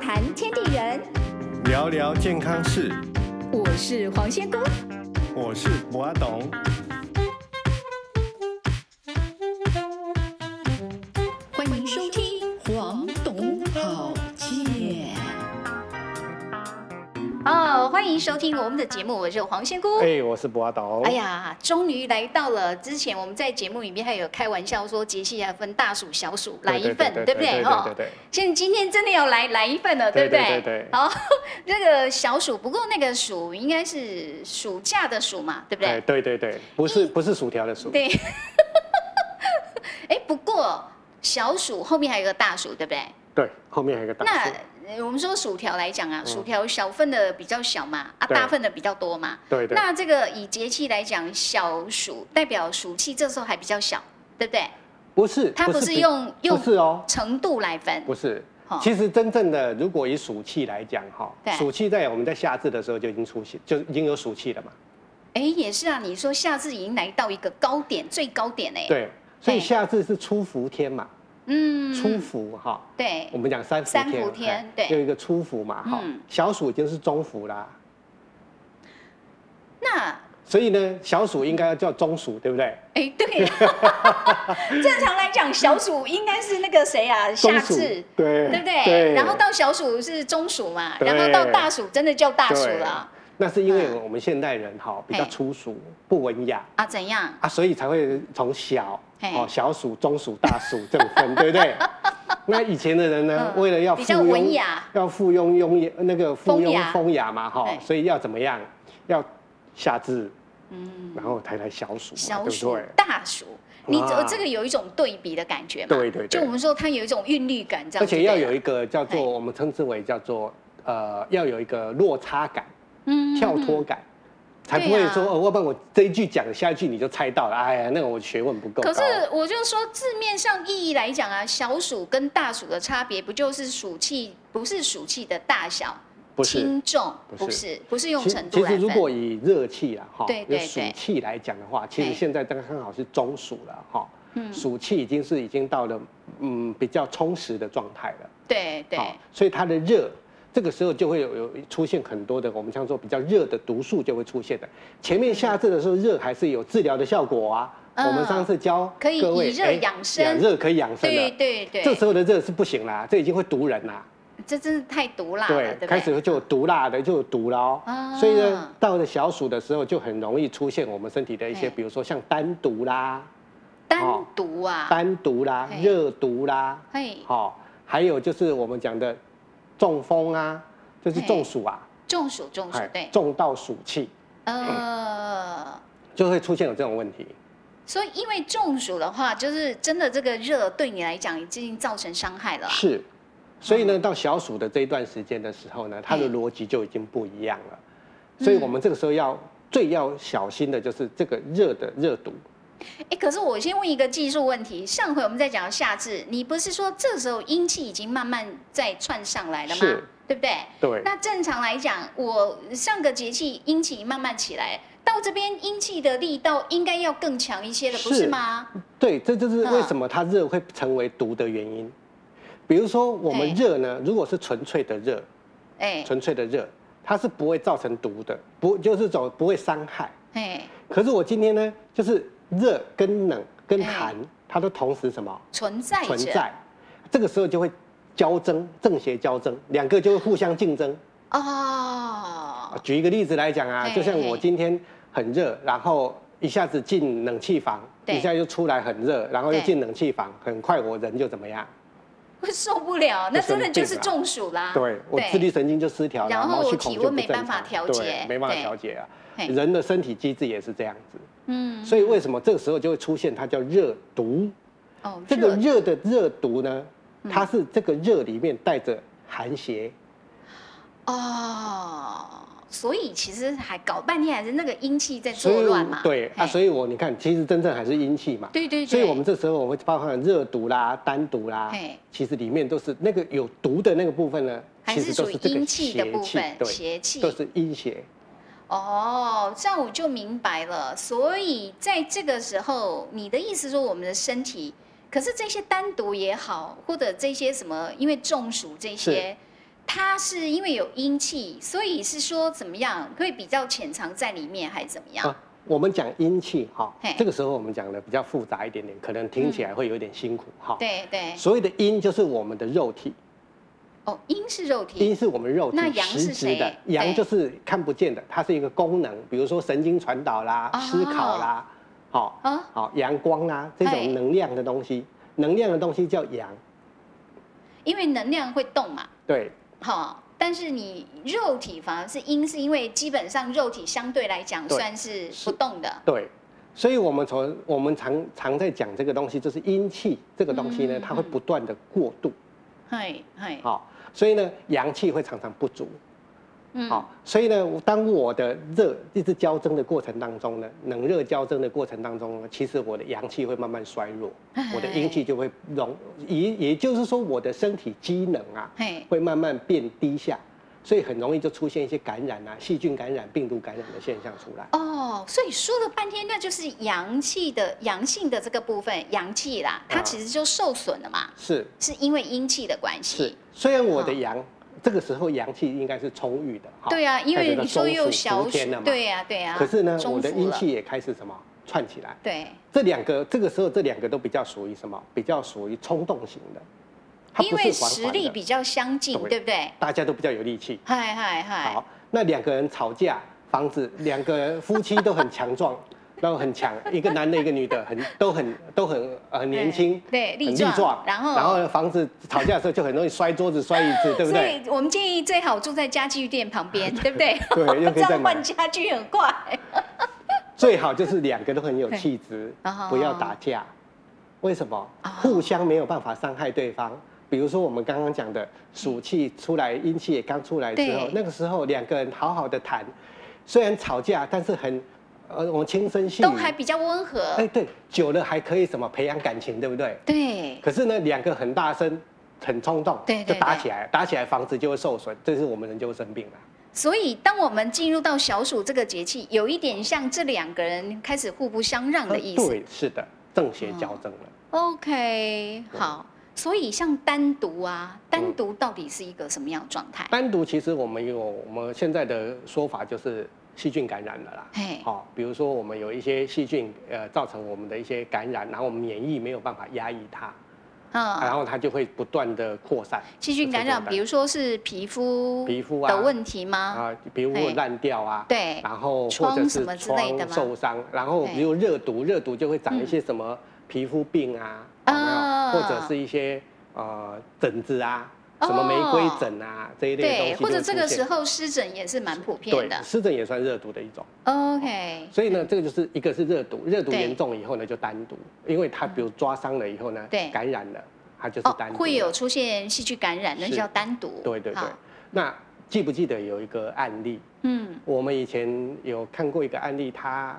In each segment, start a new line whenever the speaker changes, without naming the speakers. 谈天地人，
聊聊健康事，
我是黄仙姑。
我是博阿董。
欢迎收听《黄董好见》。哦，欢迎收听我们的节目，我是黄仙姑。
哎、我是博阿岛。
哎呀，终于来到了之前我们在节目里面还有开玩笑说节气还分大暑小暑，来
对
一
对
份，
对
对不对？
对
哦
对对
所以你今天真的要来来一份了，
对
不对？
对对对
好，那个小暑，不过那个暑应该是暑假的暑嘛，对不
哎
对？
对对对，不
哎
是不是薯条的薯，
对。哎，不过小暑后面还有个大暑，对不对？
对，后面还有一个大
那
薯。
呃我们说薯条来讲啊，薯条小份的比较小嘛，啊，
对
大份的比较多嘛。
对对，
那这个以节气来讲，小暑代表暑气这时候还比较小，对不对？
不是，
它不是
比
用用
不是哦，
程度来分，
不是
哦。
其实真正的，如果以暑气来讲哈
对，
暑气在我们在夏至的时候就已经出现，就已经有暑气了嘛。
哎，也是啊。你说夏至已经来到一个高点，最高点哎。，
对，所以
对
夏至是初伏天嘛，
嗯，
初伏哈，
对
我，们讲三伏
三
天，
伏天
哎
对
有一个初伏嘛哈
嗯，
小暑已经是中伏啦，
那
所以呢，小暑应该要叫中暑，对不对？
哎对， 正常来讲，小暑应该是那个谁啊，夏
中暑
至。
对
对不对？然后到小暑是中暑嘛，
对
然后到大暑真的叫大暑
对
了
那是因为
嗯
我们现代人哈比较
嘿
粗俗、不文雅
啊？怎样？
啊，所以才会从小
嘿
哦小暑、中暑、大暑这么分， 对不 对？那以前的人呢，
嗯
呃为了要
比
附
较文
庸
雅，
要附庸庸也那个附
风
庸
雅
风雅嘛哈
嘿，
所以要怎么样？要夏至，
嗯，
然后才来小暑嘛，
小
对不
暑
对？、
大暑，你
哇
这这个有一种对比的感觉嘛？
对对对
就我们说它有一种韵律感，这样
而
子
且要有
对啊
一
吧
个叫做
嘿
我们称之为叫做呃，要有一个落差感。
嗯
跳脱
嗯
感，才不
对
会
啊
说，哦，要不然我这一句讲，下一句你就猜到了，哎呀，那个我学问不够高。
可是我就说字面上意义来讲啊，小暑跟大暑的差别不就是暑气不是暑气的大小、
不是
轻重，
不是
不是不是用
其
程度
其
来
实如
分。
果以热气啦，哈，
对
就
对
暑
对
气来讲的话，其实
嘿
现在刚刚好是中暑了，哈，
嗯
暑气已经是已经到了嗯比较充实的状态了，
对对，
好，所以它的热。这个时候就会有有出现很多的我们像说比较热的毒素就会出现的。前面夏至的时候热还是有治疗的效果啊。
嗯
我们上次教
可以
各位
以热
哎
养生
热可以养生的。
对对对，
这时候的热是不行啦，这已经会毒人啦。
这真是太毒辣了，对
对
不，对？
开始就有毒辣的，就有毒了哦。
啊
所以呢，到了小暑的时候，就很容易出现我们身体的一
嘿
些，比如说像丹毒啦、
单独啊，
丹毒啦
嘿、
热毒啦，
嘿，
好、还有就是我们讲的中风啊，就是
嘿
中暑啊，
中暑中暑
哎，
对，
中到暑气
呃，
就会出现有这种问题。
所以因为中暑的话，就是真的这个热对你来讲已经造成伤害了啊，嗯
是，所以呢，到小暑的这一段时间的时候呢，它的逻辑就已经不一样了。
嗯
所以我们这个时候要最要小心的就是这个热的热毒，
哎，可是我先问一个技术问题，上回我们在讲夏至，你不是说这时候阴气已经慢慢在窜上来了吗
是？
对不对？
对，
那正常来讲，我上个节气阴气慢慢起来，到这边阴气的力道应该要更强一些了，不是
是
吗？
对，这就是
嗯
为什么它热会成为毒的原因。比如说我们
哎
热呢，如果是纯粹的热，
哎
纯粹的热，它是不会造成毒的，不就是走不会伤害。
哎，
可是我今天呢，就是热跟冷跟
哎
寒，它都同时什么？
存在着，
存在，这个时候就会交争，正邪交争，两个就会互相竞争。
哦
啊，举一个例子来讲啊，
嘿
就像我
嘿
今天很热，然后一下子进冷气房，
对
一下就出来很热，然后又
对啊
进冷气房，很快我人就怎么样？
会 受不了，那真的就是中暑啦。
对我自律神经就失调了，
然后
毛
我
细
体温
孔就不
没办
正
法
常，
调节
对，没办法
对
调节啊。
嘿
人的身体机制也是这样子，
嗯，
所以为什么这个时候就会出现它叫热毒？
哦，
这个
热嗯
热的热毒呢，它是这个热里面带着寒邪。
哦，所以其实还搞半天还是那个阴气在
所
作
以
乱嘛。
对啊，所
以
以我你看，其实真正还是阴气嘛。
对对对，
所以我们这时候我会包含热毒啦、单毒啦
嘿，
其实里面都是那个有毒的那个部分呢，
还
其
是
实都
属于
是这
阴
个
气
邪
的部
气
分，，
对，
邪气
都是阴邪。
哦，这样我就明白了。所以在这个时候，你的意思说我们的身体，可是这些单独也好，或者这些什么，因为中暑这些，它是因为有阴气，所以是说怎么样会比较潜藏在里面，还是怎么样？
啊，我们讲阴气哈
嘿，
这个时候我们讲的比较复杂一点点，可能听起来会有点辛苦哈。
对对，
所谓的阴就是我们的肉体，
哦，阴是肉体，
阴是我们肉
那
体
阳是
实质的
谁，
阳
对
就是看不见的，它是一个功能，比如说神经传导啦、
哦
思考啦，好、
哦
好、阳光啦这
哎
种能量的东西，能量的东西叫阳，
因为能量会动嘛，
对
哈、但是你肉体反而是阴，是因为基本上肉体相对来讲
对
算是
是
不动的，
对。所以，我们从我们常常在讲这个东西，就是阴气这个东西呢，
嗯
它会
嗯
不断的过度，
嘿嘿，
好、所以呢，阳气会常常不足，
嗯，
好、所以呢，当我的热一直交争的过程当中呢，冷热交争的过程当中呢，其实我的阳气会慢慢衰弱，
哎
我的阴气就会融，也也就是说，我的身体机能啊，
嘿，
会慢慢变低下，所以很容易就出现一些感染啊、细菌感染、病毒感染的现象出来。
哦，所以说了半天，那就是阳气的阳性的这个部分，阳气啦，它
啊
其实就受损了嘛，
是
是因为阴气的关
是
系。，
虽然我的
好
阳、这个时候阳气应该是充裕的，哈
啊对啊，因
代
为
表
你说
中
又
暑
小
伏
暑
天了，嘛，
对呀、对呀、
可是呢，
中
我的
伏
阴
了
气也开始什么串起来。
对，
这两个这个时候这两个都比较属于什么？比较属于冲动型的，它
因
不
为
是缓
实
缓
力
的，
比较相近，
对
对不对？
大家都比较有力气。
嗨嗨嗨，
好，那两个人吵架，房子两个人夫妻都很强 壮，然后很强，一个男的，一个女的，很都很都很呃年轻，
对
很
力
力
壮
壮，
然后
然后房子吵架的时候就很容易摔桌子、摔椅子，对
所
不对？
以我们建议最好住在家具店旁 边，对不对？
对又可
这
以
样
再买
换家具很快。
嗯最好就是两个都很有气质
对哦，
不要打架。为什么
哦？
互相没有办法伤害对方。比如说我们刚刚讲的，暑气出来，阴气也刚出来之后
嗯对，
那个时候两个人好好的谈，虽然吵架，但是很，呃，我们轻声细语
都，还比较温和，
哎，对，久了还可以什么培养感情，对不对？
对，
可是呢，两个很大声，很冲动，
对对
就打
对
起来，打起来房子就会受损，这是我们人就会生病了。
所以当我们进入到小暑这个节气，有一点像这两个人开始互不相让的意思。
啊
哦
对，是的，正邪交争了。
OK，好，所以像单独啊，单独到底是一个什么样的状态？
单独其实我们有我们现在的说法就是细菌感染了啦。
嘿
好、比如说我们有一些细菌呃造成我们的一些感染，然后我们免疫没有办法压抑它，然
嗯，
后它就会不断的扩散。
细菌感染，比
如
如说是皮肤
皮肤啊
的问题吗？
啊，皮肤
嘿
烂掉啊，
对
然后
疮
或者
什
是
么之类的
疮
吗
受伤，然后
嘿
比如热毒，热毒就会长一些什么皮肤病啊，有没有
啊
或者是一些呃疹子啊，什么玫瑰
哦
疹啊这一类的东
对，
西就
或
会
者这个
出现
时候湿疹也是蛮普遍
对
的。
湿疹也算热毒的一种。
OK，
所以呢，这个就是一个是热毒，热毒
对
严重以后呢就单独，因为它比如抓伤了以后呢，
对
感染了，它就是
哦
单，独。
会有。出现细菌感染，那
是
叫单独。
对对对
好。
那记不记得有一个案例？
嗯，
我们以前有看过一个案例，他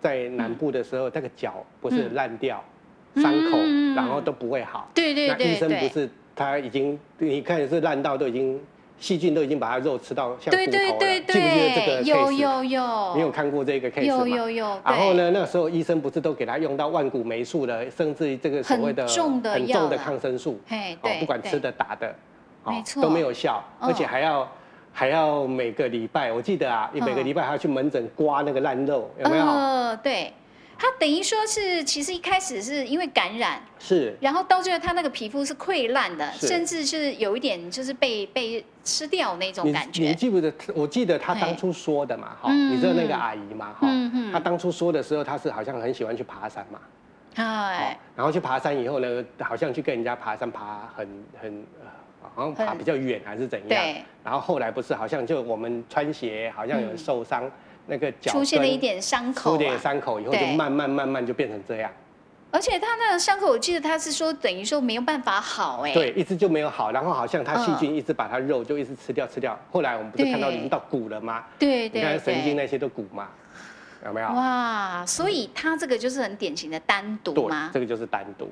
在南部的时候，那个脚不是烂掉，
嗯
伤口
嗯嗯嗯
然后都不会好。
对对
那医
对
生不
对。
是他已经，你看是烂到都已经细菌都已经把他肉吃到像
对
骨头
对
了，
对
记不记得这
对，
个 case？
有有有，
你有看过这个 case
有
吗？
有有，
然后
对？
呢，那时候医生不是都给他用到万古霉素了，甚至于这个所谓的
很重的
很
药
重的
了
抗生素，
嘿，
哦
对，，
不管吃
对，
的打的，哦
没错
都没有效，
嗯
而且还要还要每个礼拜，我记得啊，
嗯
每个礼拜还要去门诊刮那个烂肉，有没有？
呃，对，它等于说是，其实一开始是因为感染，
是
然后到最后它那个皮肤是溃烂的，
是
甚至是有一点就是被被吃掉那种
你
感
你
觉。
记不得？我记得他
嘿
当初说的嘛，哈，
嗯
你知道那个阿姨嘛，哈
嗯嗯，
她当初说的时候，她是好像很喜欢去爬山嘛，
哎
哦，然后去爬山以后呢，好像去跟人家爬山爬很很，呃好像爬
很
比较远还是怎样
对。
然后后来不是好像就我们穿鞋好像有受伤，那个脚
出现了
跟
一点伤口
出点
啊，
伤口以后，
对
就慢慢慢慢就变成这样，
而且它那个伤口，我记得它是说等于说没有办法好，哎，
对，一直就没有好。然后好像它细
嗯
菌一直把它肉就一直吃掉吃掉。后来我们不是看到
对
淋到骨了吗？
对
你
对
看神
对。
经那些都骨嘛，有没有？
哇，所以它这个就是很典型的单独
对
吗，？
这个就是单独。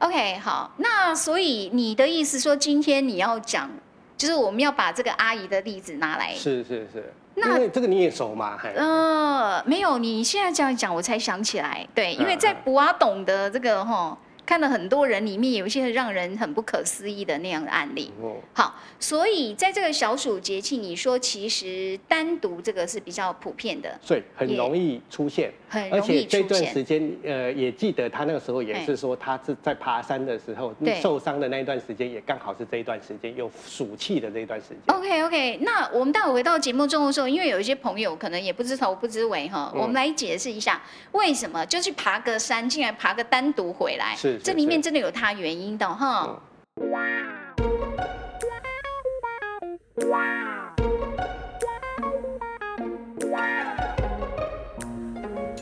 OK，好，那所以你的意思说，今天你要讲，就是我们要把这个阿姨的例子拿来，
是是是，
哎那嗯
因为这个你也熟嘛，嘿
呃，没有，你现在这样讲，我才想起来，对，因为
嗯
在
嗯
博阿董的这个哈看了很多人里面有一些让人很不可思议的那样的案例。
哦，
好，所以在这个小暑节气，你说其实单独这个是比较普遍的，
所以很容易出现。
很
而
容
且
易
这
出
段
现。
时间，呃，也记得他那个时候也
哎
是说，他是在爬山的时候
对
受伤的那一段时间，也刚好是这一段时间有暑气的这一段时间。
OK OK，那我们待会回到节目中的时候，因为有一些朋友可能也不知头不知尾哈，
嗯
我们来解释一下为什么就去爬个山，竟然爬个单独回来，
是是
这里面
是
真的有它原因的哈。
嗯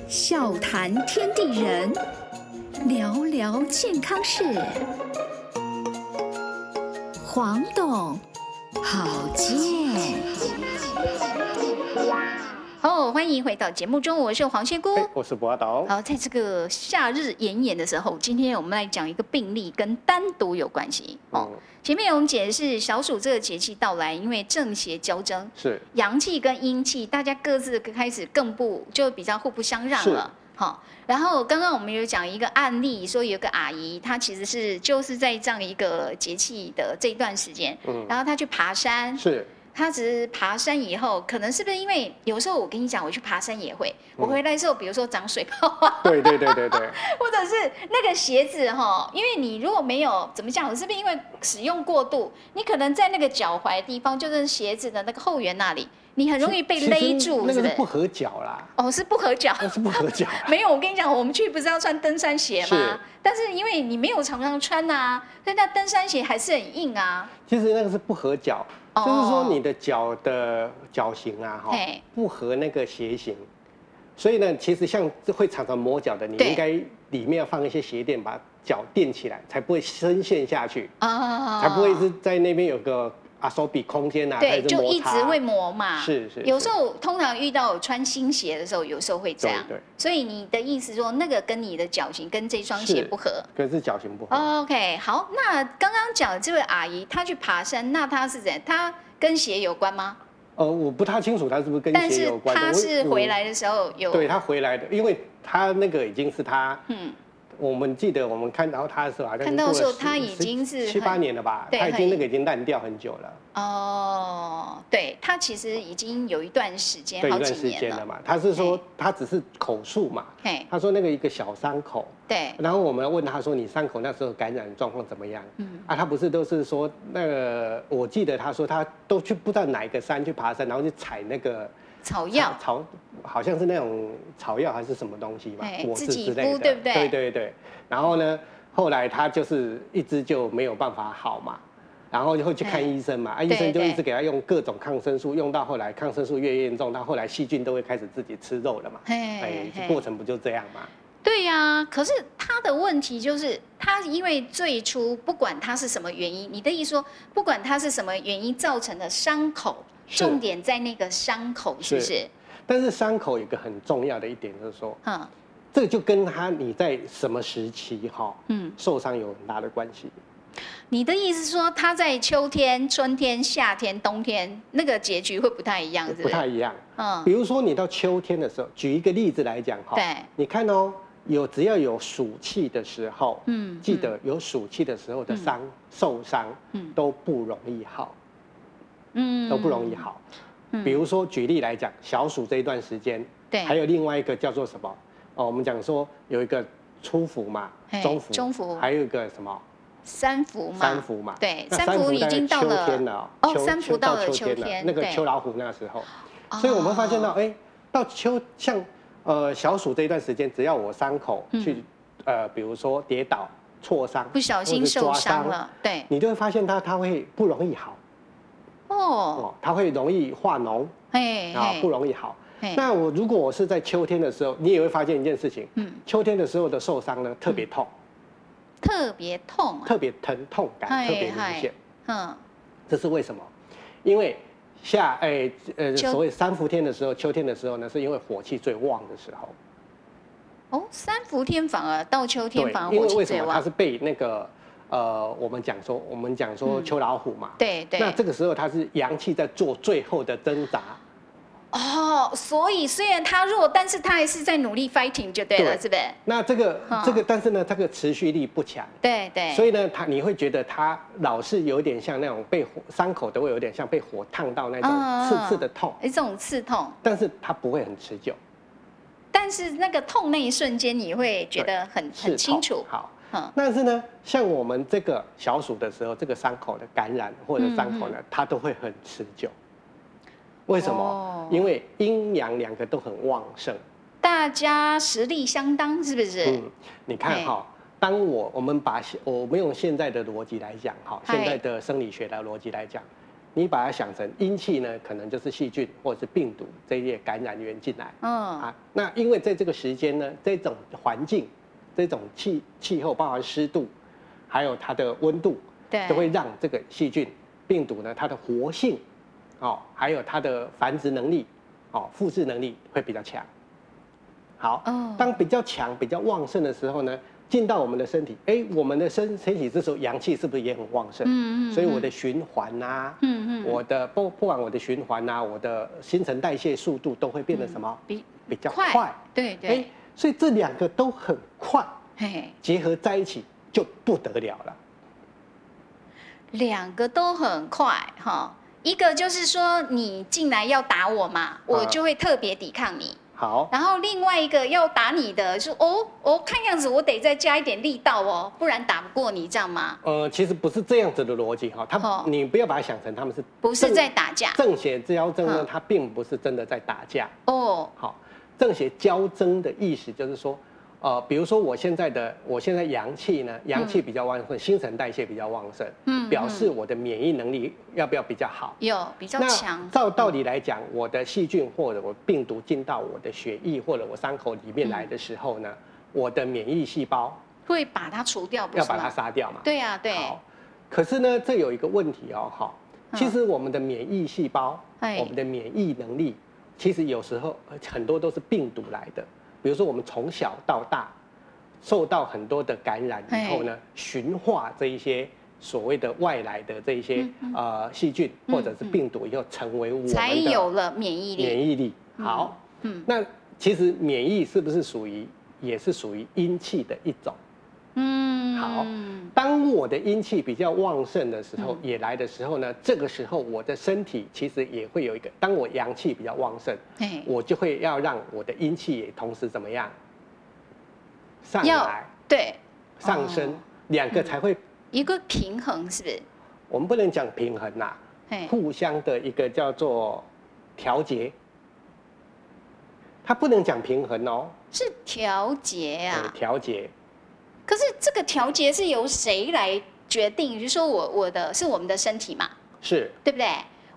笑谈天地人，聊聊健康事。黄董，好健。
哦，欢迎回到节目中，我是黄仙姑。
哎，我是博导。
好，在这个夏日炎炎的时候，今天我们来讲一个病例跟单独有关系哦。
嗯，
前面我们解释小暑这个节气到来，因为正邪交争，
是
阳气跟阴气，大家各自开始更不就比较互不相让
是
了。好，然后刚刚我们有讲一个案例，说有个阿姨，她其实是就是在这样一个节气的这一段时间，
嗯
然后她去爬山，
是
他只是爬山以后，可能是不是因为有时候我跟你讲，我去爬山也会，
嗯
我回来的时候，比如说长水泡啊，
对对对对对，
或者是那个鞋子哈，因为你如果没有怎么讲，是不是因为使用过度，你可能在那个脚踝地方，就是鞋子的那个后缘那里，你很容易被
其实
勒住，
那
是
个
不
是
是？
不合脚啦，
哦，是不合 脚。
那是不合脚啦。
没有，我跟你讲，我们去不是要穿登山鞋吗
是？
但是因为你没有常常穿啊，所以那登山鞋还是很硬啊。
其实那个是不合脚，
哦
就是说你的脚的脚型啊，哈
嘿，
不合那个鞋型。所以呢，其实像会常常磨脚的，你
对
应该里面要放一些鞋垫，把脚垫起来，才不会深陷下去，
啊，
才不会是在那边有个阿手比空间啊，
对，
开始
就
摩
一
擦
直会磨嘛。
是是
有
是
时候通常遇到有穿新鞋的时候，有时候会这样。
对对
所以你的意思说，那个跟你的脚型跟这双鞋
是
不合。
可是脚型不
哦
合。
OK，好，那刚刚讲的这位阿姨，她去爬山，那她是怎样？她跟鞋有关吗？
呃，我不太清楚它是不是跟
但
鞋
是
有关的。
她
我嗯
是回，
我
来的时候有，
对他回来的，因为他那个已经是他
嗯，
我们记得我们看到他的时候，好像
看到的时候
过了
他
十
已经是
十七八
很
年了吧？
对
他已
很
经那个已经烂掉很久了，
哦，对，她其实已经有一段时间，
对，
好
一段
几
时
年
间了
了。
嘛。他是说
嘿
他只是口述嘛，
嘿，
他说那个一个小伤口，
对，
然后我们问他说你伤口那时候感染状况怎么样？
嗯
啊，他不是都是说那个，我记得他说他都去不知道哪一个山去爬山，然后去采那个
草药，
草，好像是那种草药还是什么东西嘛
哎，
果
自
汁
己
之类
敷
的，
对不对
对对对然后呢，后来他就是一直就没有办法好嘛，然后就会去看
嗯
医生嘛，啊，
对
医生就
对
一直给他用各种抗生素，用到后来抗生素越严重，到后来细菌都会开始自己吃肉了嘛，哎
嘿，，嘿
过程不就这样嘛？
对呀、可是他的问题就是，他因为最初不管他是什么原因，你的意思说，不管他是什么原因造成的伤口，
是
重点在那个伤口，是不是？
但是伤口有一个很重要的一点就是说，
嗯
这个就跟他你在什么时期哈、
嗯，
受伤有很大的关系。
你的意思说，他在秋天、春天、夏天、冬天那个结局会不太一样，是是？
不太一样。
嗯
比，如说你到秋天的时候，举一个例子来讲哈，
对
你看哦，有只要有暑气的时候，
嗯
记得有暑气的时候的伤、受伤，
嗯
都不容易好，
嗯
都不容易。啊好。比如说举例来讲，小暑这一段时间，
嗯对
还有另外一个叫做什么？哦，我们讲说有一个初伏嘛
嘿，
中伏，
中伏
还有一个什么？
三伏嘛，
三伏嘛，
对，
那
三伏已
大概
经到
秋天了
哦，
秋
三伏
秋
到
到
了
秋
秋
天了
天，
那个
对哦
秋老虎那时候，所以我们发现到，哎，到秋像呃小暑这一段时间，只要我伤口去呃，比如说跌倒、挫伤，
嗯不小
或
心
者是
受
抓
伤，了，对，
你就会发现它它会不容易好
哦，
哦，它会容易化脓
嘿，
啊
嘿，
不容易好。
嘿
那我如果我是在秋天的时候，你也会发现一件事情，
嗯，
秋天的时候的受伤呢特别痛，
特别痛啊，
特别疼痛感
嗨
特别
嗨
明显。
嗯，
这是为什么？因为夏哎呃
秋
所谓三伏天的时候，秋天的时候呢，是因为火气最旺的时候。
哦，三伏天反而到秋天反而
因
火
为
气
为什
最
么它
旺
是，被那个呃我们讲说我们讲说
嗯
秋老虎嘛。
对对
那，这个时候它是阳气在做最后的挣扎，
哦哦，所以虽然他弱，但是他还是在努力 fighting 就对了，
对
是不是？
那这个
嗯
这个，但是呢，这个持续力不强，
对对，
所
以
以呢，他你会觉得他老是有点像那种被火伤口都会有点像被火烫到那
嗯嗯嗯
种刺刺的痛，
这种刺痛，
但是它不会很持久，
但是那个痛那一瞬间，你会觉得很
是
很清楚
痛。好，
嗯，
但是呢，像我们这个小暑的时候，这个伤口的感染或者伤
嗯
口呢，它都会很持久。为什么？
哦
因为阴阳两个都很旺盛。
大家实力相当，是不是？
嗯，你看哈、当我我们把现我们用现在的逻辑来讲哈，
嗨
现在的生理学的逻辑来讲，你把它想成阴气呢，可能就是细菌或者是病毒这一类感染源进来。
嗯，
啊，那因为在这个时间呢，这种环境、这种气气候，包含湿度，还有它的温度，
对，
都会让这个细菌、病毒呢，它的活性，哦，还有它的繁殖能力，哦，复制能力会比较强。好
哦，
当比较强、比较旺盛的时候呢，进到我们的身体，哎，我们的身身体这时候阳气是不是也很旺盛？
嗯嗯
所以我的循环啊，
嗯嗯，
我的不不管我的循环啊，我的新陈代谢速度都会变得什么？
比
比较
嗯快
快。
对
哎
对，，
所以这两个都很快，
嘿，
结合在一起就不得了了。
两个都很快哈。一个就是说你进来要打我嘛，我
啊
就会特别抵抗你。
好，
然后另外一个要打你的，就哦哦，看样子我得再加一点力道哦，不然打不过你，这样吗？
呃，其实不是这样子的逻辑哈，他
哦
你不要把它想成他们是
不是
正
在打架
正邪交争呢
嗯，
它并不是真的在打架。
哦，
好，正邪交争的意思就是说，呃，比如说我现在的我现在阳气呢，阳气比较旺盛，新陈代谢比较旺盛，
嗯
表示
嗯
我的免疫能力要不要比较好？
有比较
那
强，嗯
照道理来讲，我的细菌或者我病毒进到我的血液或者我伤口里面来的时候
嗯
呢，我的免疫细胞
会把它除掉，不
要
是
把它
吗？
杀掉嘛。
对啊，对，
好，可是呢，这有一个问题哦，哈，
嗯
其实我们的免疫细胞，
哎
我们的免疫能力，其实有时候呃很多都是病毒来的。比如说，我们从小到大受到很多的感染以后呢，驯化这一些所谓的外来的这一些、
嗯嗯
呃细菌或者是病毒以后，成为我们
才有
的
了免疫力。
免疫力。好，
嗯
那其实免疫是不是属于也是属于阴气的一种？
嗯，
好当我的阴气比较旺盛的时
嗯
候，也来的时候呢，这个时候我的身体其实也会有一个，当我阳气比较旺盛，
嘿，
我就会要让我的阴气也同时怎么样上
要
来
对
上升
哦，嗯
两个才会，
一个平衡，是不是？
我们不能讲平衡啦，
嘿，
互相的一个叫做调节，它不能讲平衡哦，
是调节
呃
啊。
调节
可是这个调节是由谁来决定？就是说我我的是我们的身体嘛，
是
对不对？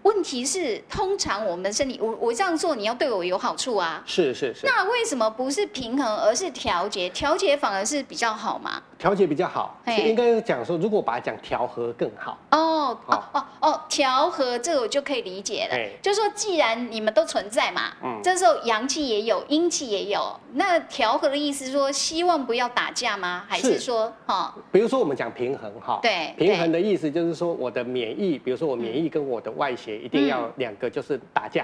问题是，通常我们的身体，我我这样做，你要对我有好处啊。
是是是，
那为什么不是平衡，而是调节？调节反而是比较好嘛？
调节比较好，
嘿
是应该讲说，如果把它讲调和更好。
哦哦
好
哦哦，调和这个我就可以理解了
哎。
就是说，既然你们都存在嘛，
嗯
这时候阳气也有，阴气也有，那调和的意思是说，希望不要打架吗？还是
是
说，哦，
比如说我们讲平衡哈，
对
平衡的意思就是说我的免疫，比如说我免疫跟我的外邪一定
嗯
要两个就是打架，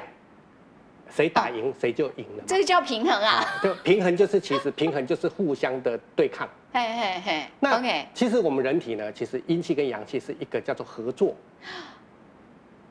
谁打赢谁就赢了嘛。
这个叫平衡哦啊？
啊就平衡就是其实平衡就是互相的对抗。
嘿嘿嘿
那
，OK，
其实我们人体呢，其实阴气跟阳气是一个叫做合作。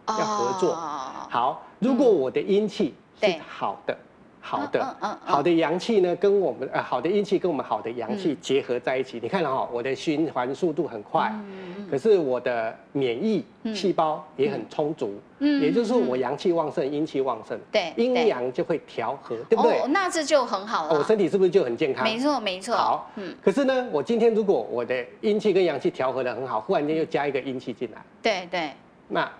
要
合作
哦、
好，如果我的阴气
嗯
是
对
好的，好的，
嗯嗯嗯嗯
好的阳气呢，跟我们呃好的阴气跟我们好的阳气
嗯
结合在一起，你看哈、我的循环速度很快，
嗯
可是我的免疫
嗯
细胞也很充足，
嗯
也就是我阳气旺盛，阴气旺盛，
对
阴
对
阳就会调和，对不对？
哦，那这就很好
哦
了。
我身体是不是就很健康？
没错没错。
好，
嗯，
可是呢，我今天如果我的阴气跟阳气调和的很好，忽然间又加一个阴气进来，
对对，
那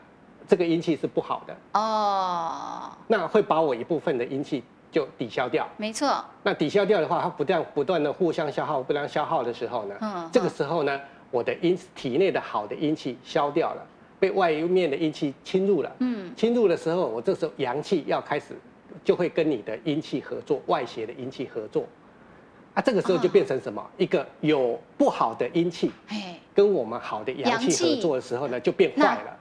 这个阴气是不好的，
哦，
那会把我一部分的阴气就抵消掉。
没错，
那抵消掉的话，它不断不断的互相消耗，不断消耗的时候呢，
嗯
这个时候呢，我的阴体内的好的阴气消掉了，被外面的阴气侵入了，
嗯，
侵入的时候，我这时候阳气要开始就会跟你的阴气合作，外邪的阴气合作，啊，这个时候就变成什么？
啊
一个有不好的阴气
嘿，
跟我们好的阳
阳气
气合作的时候呢，就变坏了。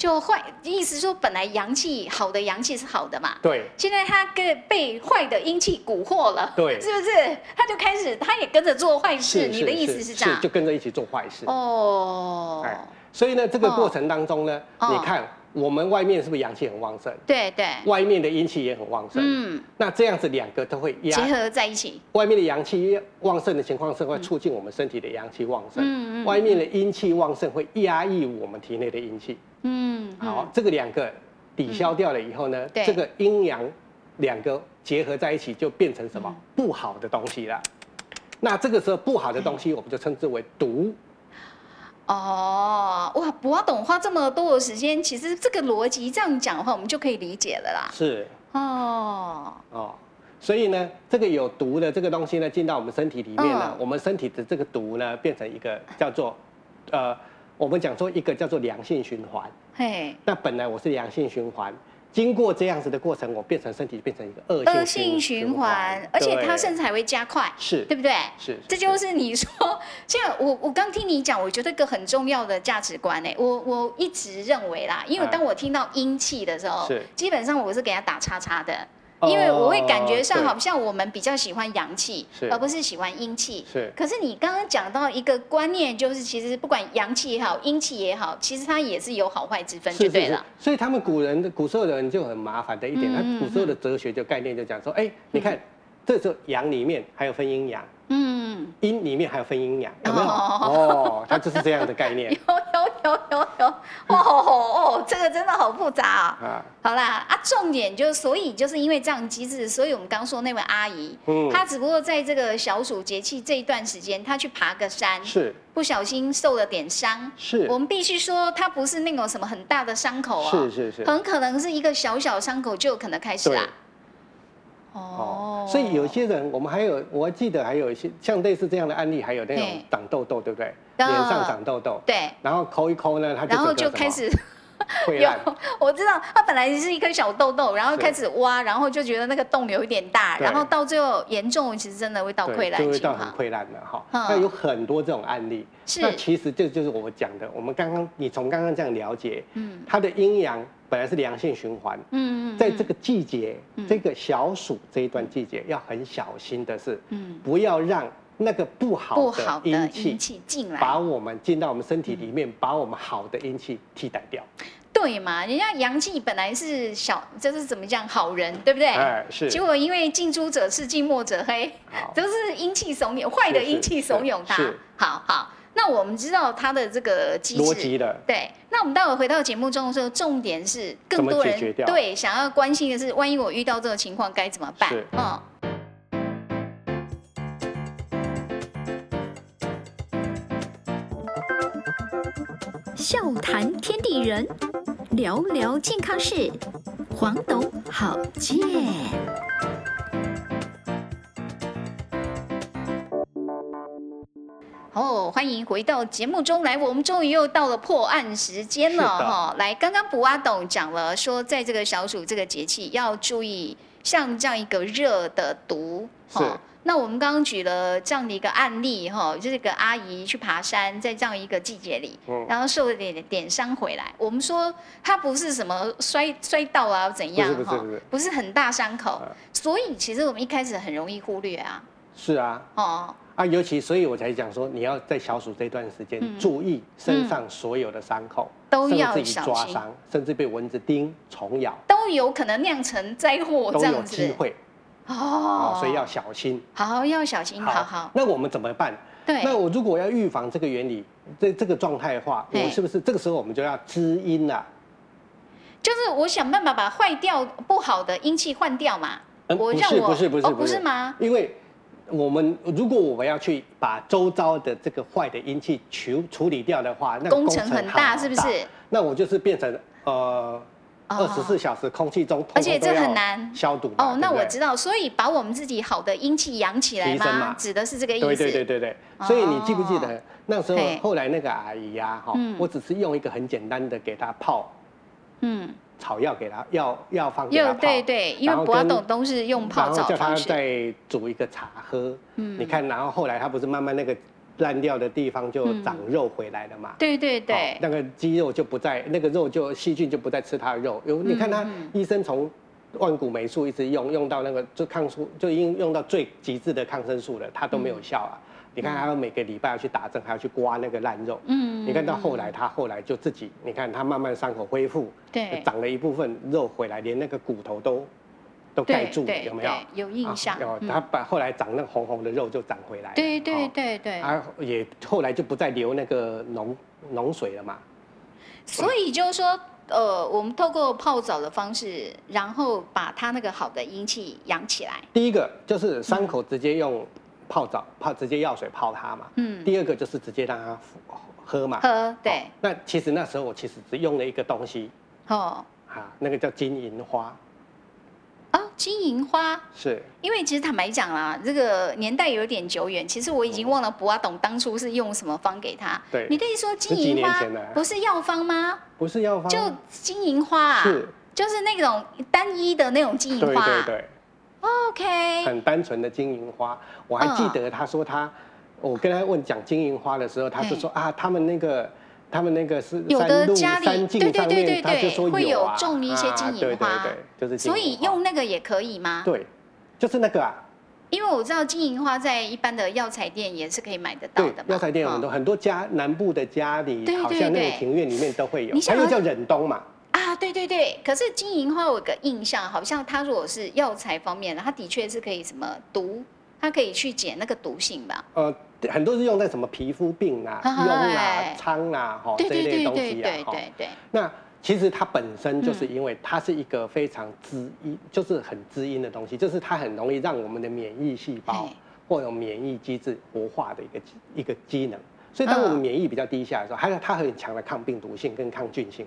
就坏，意思说本来阳气好的阳气是好的嘛，
对
现在他跟被坏的阴气蛊惑了，
对
是不是？他就开始，他也跟着做坏事。你的意思是这样
就？跟着一起做坏事。
哦，
哎，所以呢，这个
哦
过程当中呢，
哦
你看我们外面是不是阳气很旺盛，
对对，
外面的阴气也很旺盛，
嗯，
那这样子两个都会压
结合在一起，
外面的阳气旺盛的情况是会促进我们身体的阳气旺
嗯
盛，
嗯嗯
外面的阴气旺盛会压抑我们体内的阴气。
嗯，嗯
好，，这个两个抵消掉了以后呢，
对
这个阴阳两个结合在一起就变成什么、
嗯
不好的东西了。那这个时候不好的东
哎
西，我们就称之为毒。
哦，哇，博董花这么多的时间，其实这个逻辑这样讲的话，我们就可以理解了啦。
是
哦，
哦，所以呢，这个有毒的这个东西呢，进到我们身体里面呢，
嗯
我们身体的这个毒呢，变成一个叫做，呃，我们讲说一个叫做良性循环。
嘿，
那本来我是良性循环，经过这样子的过程，我变成身体变成一个恶
恶
性
性
循
循
环
环，，而且它
对
甚至还会加快，
是
对不对？
是，
这就是你说，像我我刚听你讲，我觉得一个很重要的价值观呢，我我一直认为啦，因为
嗯
当我听到阴气的时候
是，
基本上我是给他打叉叉的，
哦
因为我会感觉上
对
好像我们比较喜欢阳气
是，
而不是喜欢阴气。
是
可是你刚刚讲到一个观念，就是其实不管阳气也好，阴气也好，其实它也是有好坏之分，
是
就是对
是
了。，
所以他们古人的古时候的人就很麻烦的一点，
嗯
他
嗯
古时候的哲学就概念就讲说，哎，你看，这时候阳里面还有分阴阳，
嗯，
阴里面还有分阴阳，有没有？
哦
哦，它就是这样的 概
有
念
有有有有，哦哦，这个真的好复杂啊、
啊，
好啦，啊，重点就是，所以就是因为这样的机制，所以我们刚说那位阿姨，
嗯
她只不过在这个小暑节气这一段时间，她去爬个山，
是
不小心受了点伤。
是
我们必须说，她不是那种什么很大的伤口啊，
是是是，
很可能是一个小小伤口就有可能开始
对
啦。
哦，所以有些人，我们还有，我记得还有一些像类似这样的案例，还有那种
对
长痘痘，对不对？
啊
脸上长痘痘，
对，
然后抠一抠呢，它就
然后
整个
就
什么
开始
溃
有
烂，，
我知道，它本来是一颗小痘痘，然后
是
开始挖，然后就觉得那个洞有一点大，
对
然后到最后严重，其实真的会到溃
对，
烂
就会
情
到很
况。
溃烂的哈。
嗯
那有很多这种案例，
是
那其实这就是我讲的，我们刚刚你从刚刚这样了解，
嗯
它的阴阳本来是良性循环，
嗯嗯，
在这个季节
嗯，
这个小暑这一段季节要很小心的是，
嗯
不要让那个不
不
好
好的
的阴
阴
气
气进
把
来，
我们进到我们身体里面，把我们好的阴气替代掉。
对嘛？人家阳气本来是小，就是怎么讲好人，对不对？
哎，是，
结果因为近朱者赤，近墨者黑，
好
都是阴气怂恿，坏的
是
阴气
是
怂恿他
是。
好好，那我们知道他的这个机
逻
制
辑。的，
对，那我们待会回到节目中的时候，重点是更
么
多
解
人
决掉
对想要关心的是，万一我遇到这个情况该怎么办
是？
嗯。
笑谈天地人，聊聊健康事，黄董好见。
哦，欢迎回到节目中来，我们终于又到了破案时间了
是的
哈、来，刚刚卜阿董讲了说，在这个小暑这个节气要注意，像这样一个热的毒
是
那我们刚刚举了这样的一个案例哈、就是个阿姨去爬山，在这样一个季节里，
嗯
然后受了点点伤回来。我们说她不是什么摔摔到啊怎样
不是不是不是
不是很大伤口、
嗯
所以其实我们一开始很容易忽略啊，
是啊，
哦，
啊，尤其所以我才讲说，你要在小暑这段时间
嗯
注意身上所有的伤口，
都
甚至
要
自己
小
抓
心
伤，甚至被蚊子叮、虫咬
都有可能酿成灾祸
都
这
有
样子。
机会
哦
啊，，所以要小心。
好要小心，嗯好好，
那我们怎么办？
对，
那我如果要预防这个原理，这这个状态的话，我
对
是不是这个时候我们就要滋阴啦？
就是我想办法把坏掉不好的阴气换掉嘛。
嗯
我
不
让
是
我
不是不是
哦不是吗？
因为我们如果我们要去把周遭的这个坏的阴气处处理掉的话，那个
工程很大
好
是不是？
那我就是变成呃
哦
二十四小时空气中，
而且
通通
这
都要
很难
消毒嘛。
哦，那
对不对
我知道，所以把我们自己好的阴气养起来
提升
吗？
嘛
指的是这个意思。哦
对对对对对，所以你记不记得那时候
对
后来那个阿姨呀、哈、
嗯
我只是用一个很简单的给她泡
嗯，
草药给她药药方给她
又
泡，
对对，因
然
为
后
博阿
跟
董都是用泡
然后
澡
叫她
方式。嗯
再煮一个茶喝。你看，然后后来她不是慢慢那个烂掉的地方就长肉回来了嘛。
对嗯对
哦
对，
那个肌肉就不在，那个肉就细菌就不再吃它的肉。
嗯
有你看他医生从万古霉素一直用用到那个就抗素，就已经用到最极致的抗生素了，它都没有效啊。你看，他要每个礼拜要去打针，还要去刮那个烂肉。
嗯
你看到后来，他后来就自己，你看他慢慢伤口恢复，
对
长了一部分肉回来，连那个骨头都都盖住了，
对
有没有？
对有印象
啊有，
嗯
他把后来长那个红红的肉就长回来了。
对
哦
对对对，
啊，也后来就不再流那个脓脓水了嘛。
所以就是说，呃，我们透过泡澡的方式，然后把它那个好的阴气养起来。
第一个就是伤口直接用泡澡泡，直接药水泡它嘛。
嗯，
第二个就是直接让它服喝嘛。哦
喝对，
那其实那时候我其实只用了一个东西
哦
啊，那个叫金银花，
哦，金银花。
是
因为其实坦白讲啦，这个年代有点久远，其实我已经忘了博阿董当初是用什么方给他。
对
你的意思说金
十几
银
年
花
前了
不是药方吗？
不是药方？
就金银花、啊，
是
就是那种单一的那种金银
对
花、
对对。
OK，
很单纯的金银花。我还记
嗯
得他说他，我跟他问讲金银花的时候，他就说啊，他们那个。他们那个是
有的
山路
家里
山
对
径
对
上
对对
面，他就
对
说
会
有
有
啊，
种一些金银
啊对对
花
对，就是金银
所
花
以用那个也可以吗？
对，就是那个啊，
因为我知道金银花在一般的药材店也是可以买得到
对
的嘛。，
药材店有很多
哦
很多家南部的家里
对，对
好像那
对
种庭院里面都会有
你，
它
想要
又叫忍冬嘛，
啊，对对对。可是金银花我有个印象，好像它如果是药材方面的，它的确是可以什么毒，它可以去解那个毒性吧？
呃，很多是用在什么皮肤病啊、
哎
痈啊、疮啊，哈
对
这一
对对
类东
对
西啊
对，
哈。
对对。
那其实它本身
嗯
就是因为它是一个非常滋阴，就是很滋阴的东西，就是它很容易让我们的免疫细胞
嘿
或者免疫机制活化的一个机一个机能。所以当我们
嗯
免疫比较低下的时候，还有它很强的抗病毒性跟抗菌性。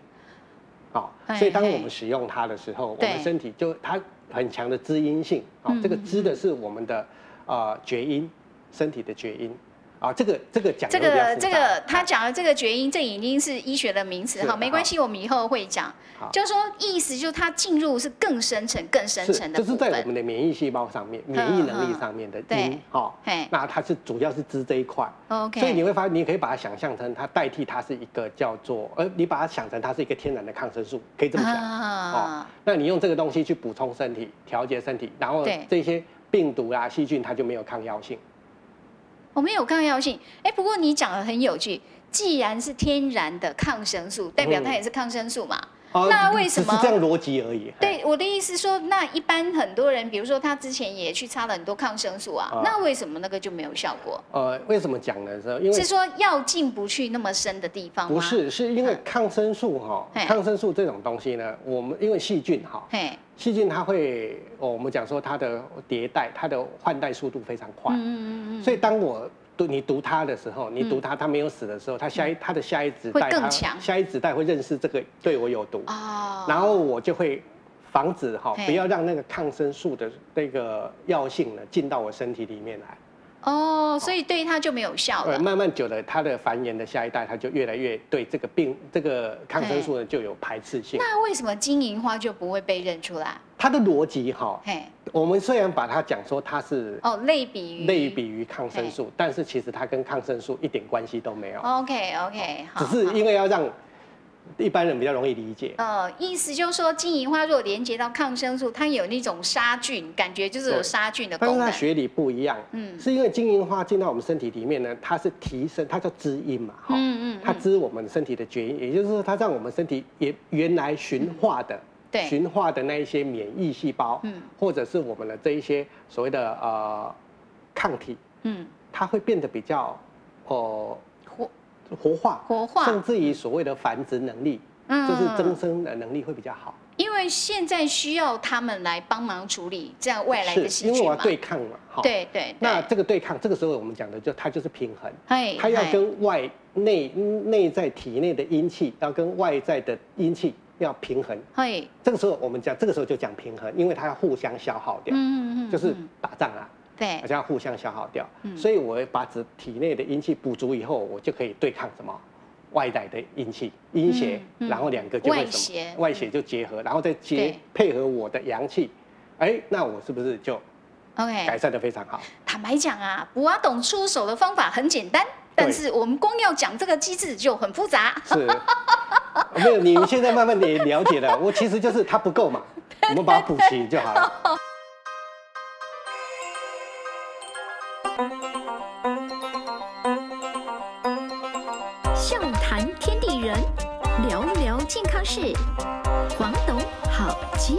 好、
嘿
所以当我
哎嘿
们使用它的时候，我
对嗯
们身体就它很强的滋阴性。好、这个滋的是我们的呃厥阴，身体的厥阴。啊、这个这个讲
这
得比较
个
复
这
杂
个他讲的这个厥音，这已经是医学的名词，
是
好，没关系，我们以后会讲
好。
就是说，意思就是它进入是更深层、更深层的
就
部
是
分。嗯
在我们的免疫细胞上面、免疫能力上面的
对
因，哈
嘿，
那它是主要是支这一块。
OK，
所以你会发现，你可以把它想象成它代替它是一个叫做，呃，你把它想成它是一个天然的抗生素，可以这么想。哦
啊，，
那你用这个东西去补充身体、调节身体，然后
对
这些病毒啦、细菌它就没有抗药性。
我们有抗药性。哎，不过你讲的很有趣，既然是天然的抗生素，代表它也是抗生素嘛。
嗯哦
那为什
只
么
是这样逻辑而已。嘿，
对，我的意思说，那一般很多人，比如说他之前也去擦了很多抗生素啊，
啊
那为什么那个就没有效果？
呃，为什么讲呢？是因为
是说药进不去那么深的地方吗？
不，是，是因为
嗯
抗生素哈
嘿，
抗生素这种东西呢，我们因为细菌哈，
嘿，
细菌它会，哦我们讲说它的迭代，它的换代速度非常快，
嗯嗯嗯嗯
所以当我读你读它的时候，你读它，它没有死的时候，它下一它的下一子
嗯会
代，
更
它
强
下一子代会认识这个对我有毒，
嗯，哦，
然后我就会防止哈，
嘿
不要让那个抗生素的那个药性呢进到我身体里面来，
哦，所以对它就没有效
呃，
了。
慢慢久了，它的繁衍的下一代，它就越来越对这个病这个抗生素呢就有排斥性，
那为什么金银花就不会被认出来？
它的逻辑哈，
嘿，
我们虽然把它讲说它是
哦，类比于
类比于抗生素，但是其实它跟抗生素一点关系都没有，
哦，OK OK，好，
只是
好
因为要让一般人比较容易理解。
呃，意思就是说，金银花如果连接到抗生素，它有那种杀菌，感觉就是有
对
杀菌的
但
功
是它
能。
学理不一样，
嗯
是因为金银花进到我们身体里面呢，它是提升，它叫滋阴嘛，哈、
嗯嗯嗯
它滋我们身体的厥阴，也就是说它让我们身体也原来循化的，
对
循化的那一些免疫细胞，
嗯
或者是我们的这一些所谓的呃抗体，
嗯，
它会变得比较哦、
活
呃、活化，
活化，
甚至于所谓的繁殖能力，
嗯
就是增生的能力会比较好。
因为现在需要他们来帮忙处理这样外来的
是
细
因为
菌
我要
嘛。
对抗嘛，哈。
对对，
那
对
这个对抗，这个时候我们讲的就它就是平衡，
嘿
它要
嘿
跟外内内在体内的阴气，要跟外在的阴气要平衡。
嘿，
这个时候我们讲，这个时候就讲平衡，因为它要互相消耗掉，
嗯嗯嗯，
就是
嗯
打仗啊，
对
而，且要互相消耗掉。
嗯
所以我把子体内的阴气补足以后，我就可以对抗什么外在的阴气、阴邪，
嗯嗯
然后两个就会
外
什
邪
么外邪就结合，然后再结
对
配合我的阳气，哎，那我是不是就
OK。
改善的非常好？
坦白讲啊，卜阿董出手的方法很简单，但是我们光要讲这个机制就很复杂。
是，没有，你现在慢慢的也了解 了，我其实就是它不够嘛，我们把它补齐就好了。
笑谈天地人，聊聊健康事，黄董好见。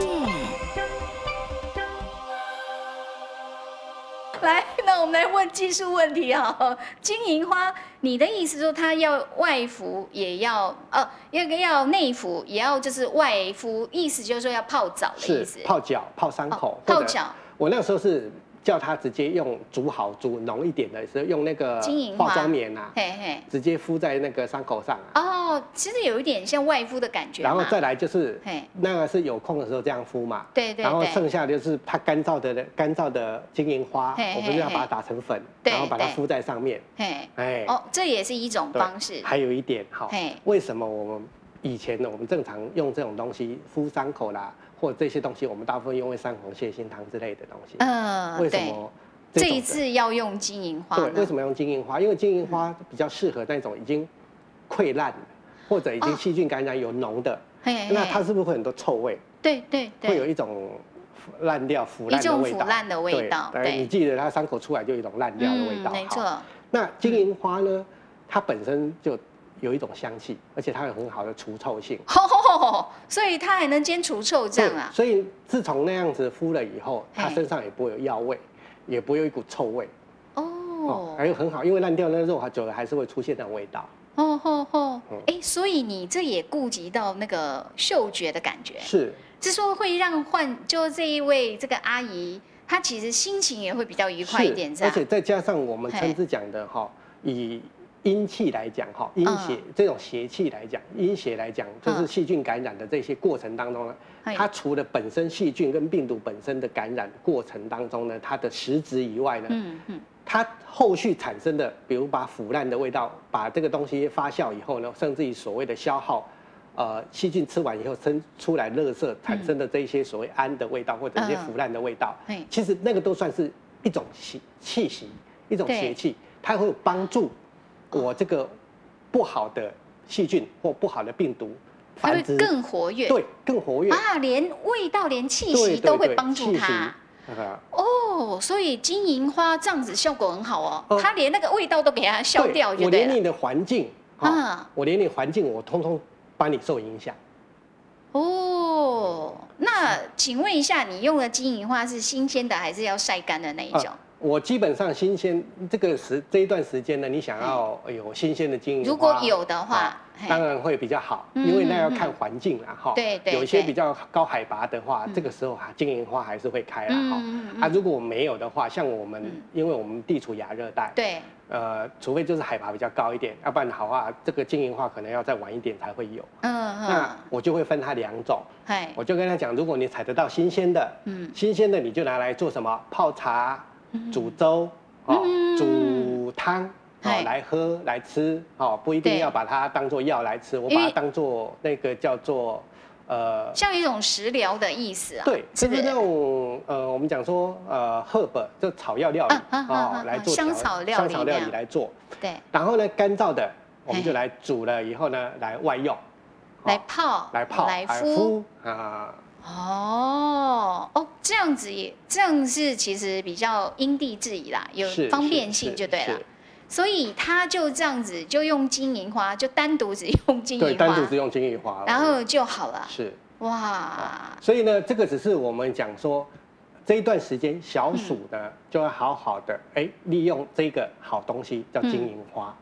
来，那我们来问技术问题 啊。金银花，你的意思说它要外敷也要哦，要要内敷也要就是外敷，意思就是说要泡澡的意
是
思。
泡脚、泡伤口
哦、
或者
泡脚。
我那时候是叫他直接用煮好、煮浓一点的，是用那个
金银花
化妆棉啊，
嘿嘿。
直接敷在那个伤口上啊。
哦，其实有一点像外敷的感觉嘛。
然后再来就是
嘿，
那个是有空的时候这样敷嘛。
对对对
然后剩下就是它干燥的干燥的金银花
嘿，
我们就要
嘿
把它打成粉，
对
然后把它
对
敷在上面。
嘿。
哎，
哦，这也是一种
对
方式。
还有一点哈
嘿，
为什么我们以前呢，我们正常用这种东西敷伤口啦，或这些东西，我们大部分用为上红蟹心汤之类的东西。
嗯，
为什
对。
么这
这
种
一
的
次要用金银花嗯
对，为什
么？
么要用金银花？因为金银花比较适合那种已经溃烂或者已经
哦
细菌感染有脓的，
嘿
那它
嘿。
是不是会很多臭味？
对对
会有
对。
一种烂掉、腐烂
一
的
种
味
腐
道。
烂的味
对
道
哎
对
你记得它伤口出来就有一种烂掉的味道。
嗯没
好。
错。
那金银花呢？它本身就有一种香气，而且它有很好的除臭性。
吼， 所以它还能兼除臭这样啊？
所以自从那样子敷了以后，它
嘿
身上也不会有药味，也不会有一股臭味。哦
哦，，
还有很好，因为烂掉那肉还久了还是会出现那种味道。
哦吼吼
嗯，
哎，所以你这也顾及到那个嗅觉的感觉，
是，
是说会让患就这一位这个阿姨，她其实心情也会比较愉快一点，
是
这
而
样
且再加上我们
嘿
称之讲的哈，以阴气来讲哈，阴邪、
嗯
这种邪气来讲，阴邪来讲就是
嗯哎
细菌感染的这些过程当中呢，
嘿
它除了本身细菌跟病毒本身的感染过程当中呢，它的实质以外呢，
嗯嗯，
它后续产生的，比如把腐烂的味道，把这个东西发酵以后呢，甚至于所谓的消耗，呃，细菌吃完以后生出来垃圾产生的这一些所谓氨的味道或者一些
嗯
腐烂的味道，
嘿
其实那个都算是一种气气息，一种
对
邪气，它会帮助我这个不好的细菌或不好的病毒
她会
繁殖，
更活跃，
对更活跃，
啊，连味道连气
对
息
对
都会
对
帮助
气息
她。
呃
哦，所以金银花这样子效果很好哦，
哦
她连那个味道都给它消
对
掉就
我
对
连
了
你。的环境
嗯
啊，我连你环境，我通通帮你受影响。
哦，那请问一下，你用的金银花是新鲜的还是要晒干的那一种？
啊我基本上新鲜这个时这一段时间呢，你想要有新鲜的金银花，
如果有的话
啊
嘿
当然会比较好，
嗯
因为那要看环境啦哈。
对对
有一些
对嗯
比较高海拔的话，这个时候啊金银花还是会开啦哈。啊，如果没有的话，像我们，因为我们地处亚热带，
嗯对，
呃，除非就是海拔比较高一点，要不然的话，这个金银花可能要再晚一点才会有。
嗯
那
嗯，
我就会分它两种，
哎，
我就跟他讲，如果你采得到新鲜的，
嗯
新鲜的你就拿来做什么？泡茶、煮粥、哦，
嗯
煮汤哦
嗨，
来喝来吃哦，不一
对
定要把它当做药来吃，我
因
把
为
它当做那个叫做呃，
像一种食疗的意思啊，
对，
是
就
不
是
是
那？种呃，我们讲说呃，herb 就草药料理
啊啊啊啊
哦，来做
香
调
草料
香
理
草
那
料理
样哎
来做，
对，
然后呢，干燥的我们就
嘿
来煮了以后呢，来外用，哦
来泡，
来泡
来敷。
敷啊。
哦哦，这样子也这样是其实比较因地制宜啦，有
是
方
是
便性
是
就对了
是。
所以他就这样子，就用金银花，就单独只用金
对，
银
单独只
花，
用金银花了。
然后就好了。
是，
哇，
所以呢，这个只是我们讲说这一段时间
嗯
小暑呢，就要好好的哎、利用这个好东西叫金银花、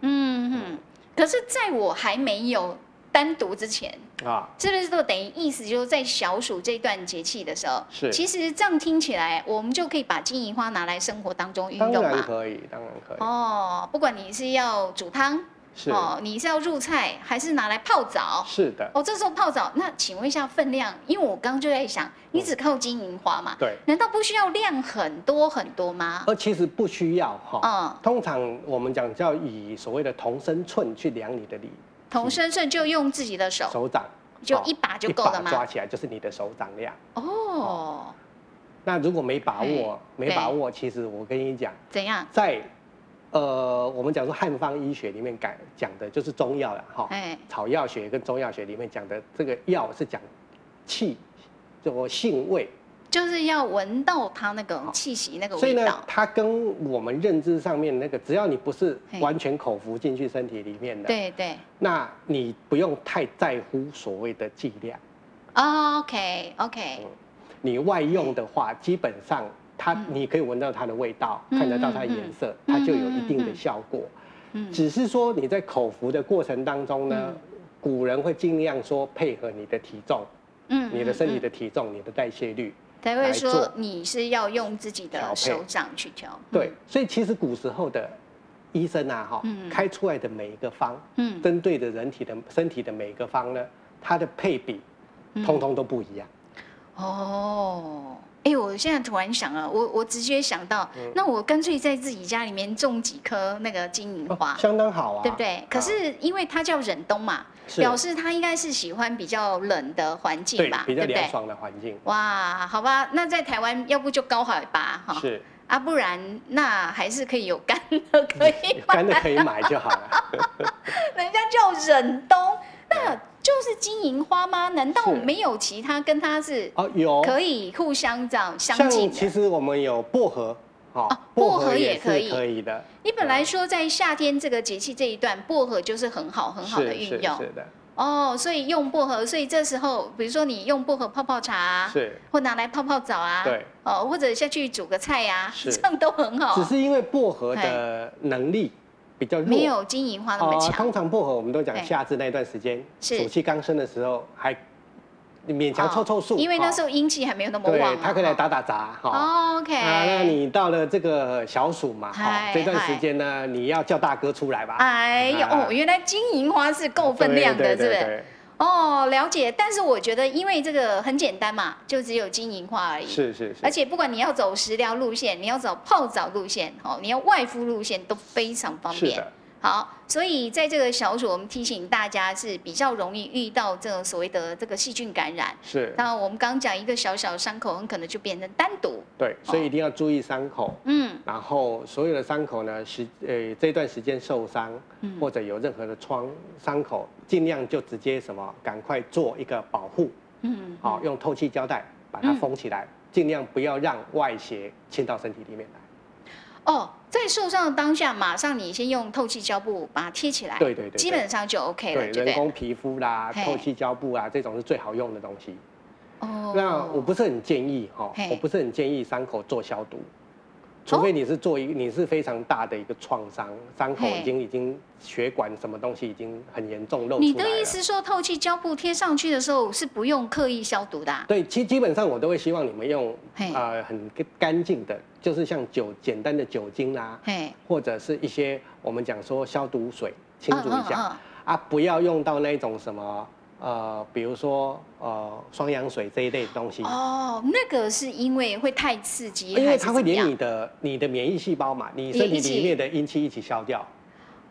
嗯哼，可是在我还没有单独之前，
啊。
是不是都等于意思就是在小暑这段节气的时候，
是
其实这样听起来，我们就可以把金银花拿来生活当中运
当
用
然
嘛。
可以，当然可以，
哦，不管你是要煮汤，
是、
哦，你是要入菜，还是拿来泡澡？
是的，
哦，这时候泡澡，那请问一下分量，因为我刚刚就在想，你只靠金银花嘛，
对。呃
难道不需要量很多很多吗？
而其实不需要哈、
嗯
通常我们讲叫以所谓的同身寸去量你的里
同身顺就用自己的手，
手掌，
就
哦
一把就够了
一把抓
吗？
起来就是你的手掌量。
哦，
那如果没把握
嘿，
没把握，其实我跟你讲，
怎样？
在呃，我们讲说汉方医学里面讲讲的就是中药了哈，
哎，
草药学跟中药学里面讲的这个药是讲气，就性味，
就是要闻到它那种气息、那个
所以
味
呢
道，。
它跟我们认知上面那个，只要你不是
嘿
完全口服进去身体里面的，
对对
那你不用太在乎所谓的剂量。
，OK OK，
你外用的话，基本上它
嗯
你可以闻到它的味道，
嗯
看得到它的
嗯
颜色，
嗯
它就有
嗯
一
嗯
定
嗯
的效果。
嗯，
只是说你在口服的过程当中呢，
嗯
古人会尽量说配合你的体重、
嗯
你的身体
嗯
的体重、你的代谢率。
嗯才会
来
说
做
你是要用自己
调
的
配
手掌去调。
对，所以其实古时候的医生啊，哈、
嗯
开出来的每一个方，
嗯，嗯，
针对的人体的身体的每一个方呢，它的配比
嗯
通通都不一样。
哦，哎、我现在突然想啊，我我直接想到，
嗯
那我干脆在自己家里面种几颗那个金银
哦
花。
相当好啊，
对不对？可
啊
是因为它叫忍冬嘛，
是
表示它应该是喜欢比较冷的环境
对
吧，
比较
不对
凉？爽的环境
哇，好吧，那在台湾要不就高海拔哈，
是
啊，不然那还是可以有干的，可以买
干的可以买就好了。
人家叫忍冬，那就是金银花吗？难道
是
没有其他跟它是
哦，有
可以互相这样相
像
近
其
的？
实我们有薄荷，好、
哦薄荷也
也
可以
是可以的，
你本来说在夏天这个节气这一段，薄荷就是很好很好的
是是
运用
是的，
哦，所以用薄荷，所以这时候比如说你用薄荷泡泡茶、啊，
是。
或拿来泡泡澡啊，
对，
哦，或者下去煮个菜呀、啊，
是
这样都很好
只。是因为薄荷的能力比较弱，
没有金银花那么
哦
强
通，常薄荷我们都讲
对
夏至那段时间，
是哦
暑气刚生的时候还勉强凑凑数，
因为那时
候
候阴气还没有那么旺、啊
对，，它可以来打打杂哈。
哦。OK，
啊，那你到了这个小暑嘛，哈
嗨，
这段
嗨
时间呢，你要叫大哥出来吧，
哎呀，
啊
哦，原来金银花是够分量的，
对
是不
对
是？哦，了解。但是我觉得，因为这个很简单嘛，就只有金银花而
对
已。
是是
而
是，
且不管你要走食疗路线，你要走泡澡路线，哦，你要外敷路线都非常方
是
便。
的，
好，所以在这个小暑，我们提醒大家是比较容易遇到这个所谓的这个细菌感染。
是，
当然，我们刚讲一个小小的伤口，很可能就变成单独。
对，所
哦
以一定要注意伤口。
嗯
然后所有的伤口呢，时呃这段时间受伤
嗯
或者有任何的创伤口，尽量就直接什么，赶快做一个保护，
嗯，
好、用透气胶带把它
嗯
封起来，尽量不要让外邪侵到身体里面来。
哦，在受伤的当下，马上你先用透气胶布把它贴起来，
对对对对
基本上就 OK 了，
对，
对不
人
对？
工皮肤啦、
嘿
透气胶布啊，这种是最好用的东西。
哦
那我不是很建议哈、
嘿哦
我不是很建议伤口做消毒，除非你是做一你是非常大的一个创伤，伤口
嘿
已经已经血管什么东西已经很严重露出来了。
你的意思说，透气胶布贴上去的时候是不用刻意消毒的、啊？
对，基基本上我都会希望你们用
嘿
呃很干干净的，就是像酒简单的酒精啦、
嘿，
或者是一些我们讲说消毒水清除一下、
嗯嗯
啊，不要用到那种什么呃，比如说呃双氧水这一类的东西。
嗯哦，那个是因为会太刺激，
因
还
为
是
哎它会
怎么
连
样
你的你的免疫细胞嘛，你
也
身体
一起
里面的阴气一起消掉。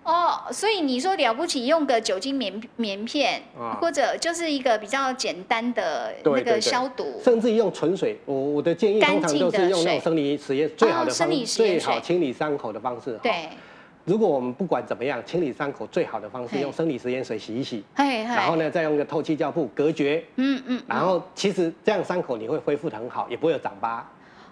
哦，所以你说了不起用个酒精棉棉片、
啊
或者就是一个比较简单的
对
那
对
个
对
消毒，
甚至用纯水，我我的建议
干
通常都
净的
是用那
水
种生理实验最好的
哦生
方，
理食盐
最
水
好清理伤口的方式。
对，，
如果我们不管怎么样清理伤口，最好的方式
嘿
用生理食盐水洗一洗，
嘿嘿，
然后呢再用个透气胶布隔绝，
嗯，嗯嗯，
然后其实这样伤口你会恢复的很好，也不会有长疤。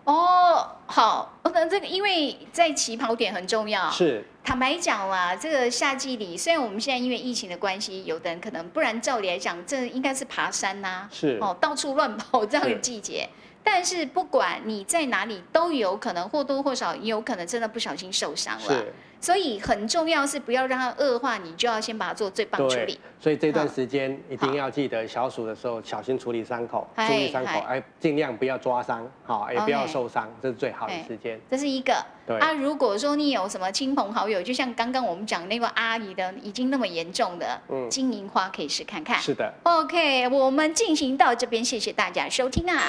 哦，好，那这个因为在起跑点很重要。
是，
坦白讲啦，这个夏季里，虽然我们现在因为疫情的关系，有的人可能不然照理来讲，这应该是爬山呐、
是
哦，到处乱跑这样的季节。但是不管你在哪里，都有可能或多或少，也有可能真的不小心受伤了。
是，
所以很重要是不要让它恶化，你就要先把它做最棒处
对
理。。
所以这段
嗯
时间一定要记得小暑的时候小心处理伤口，
嗨
注意伤口，
嗨
哎，尽量不要抓伤，好，也不要
OK
受伤，这是最好的
嘿
时间。
这是一个。
对
啊，如果说你有什么亲朋好友，就像刚刚我们讲那个阿姨的，已经那么严重的，
嗯
金银花可以试看看。
是的。
OK，我们进行到这边，谢谢大家收听啊。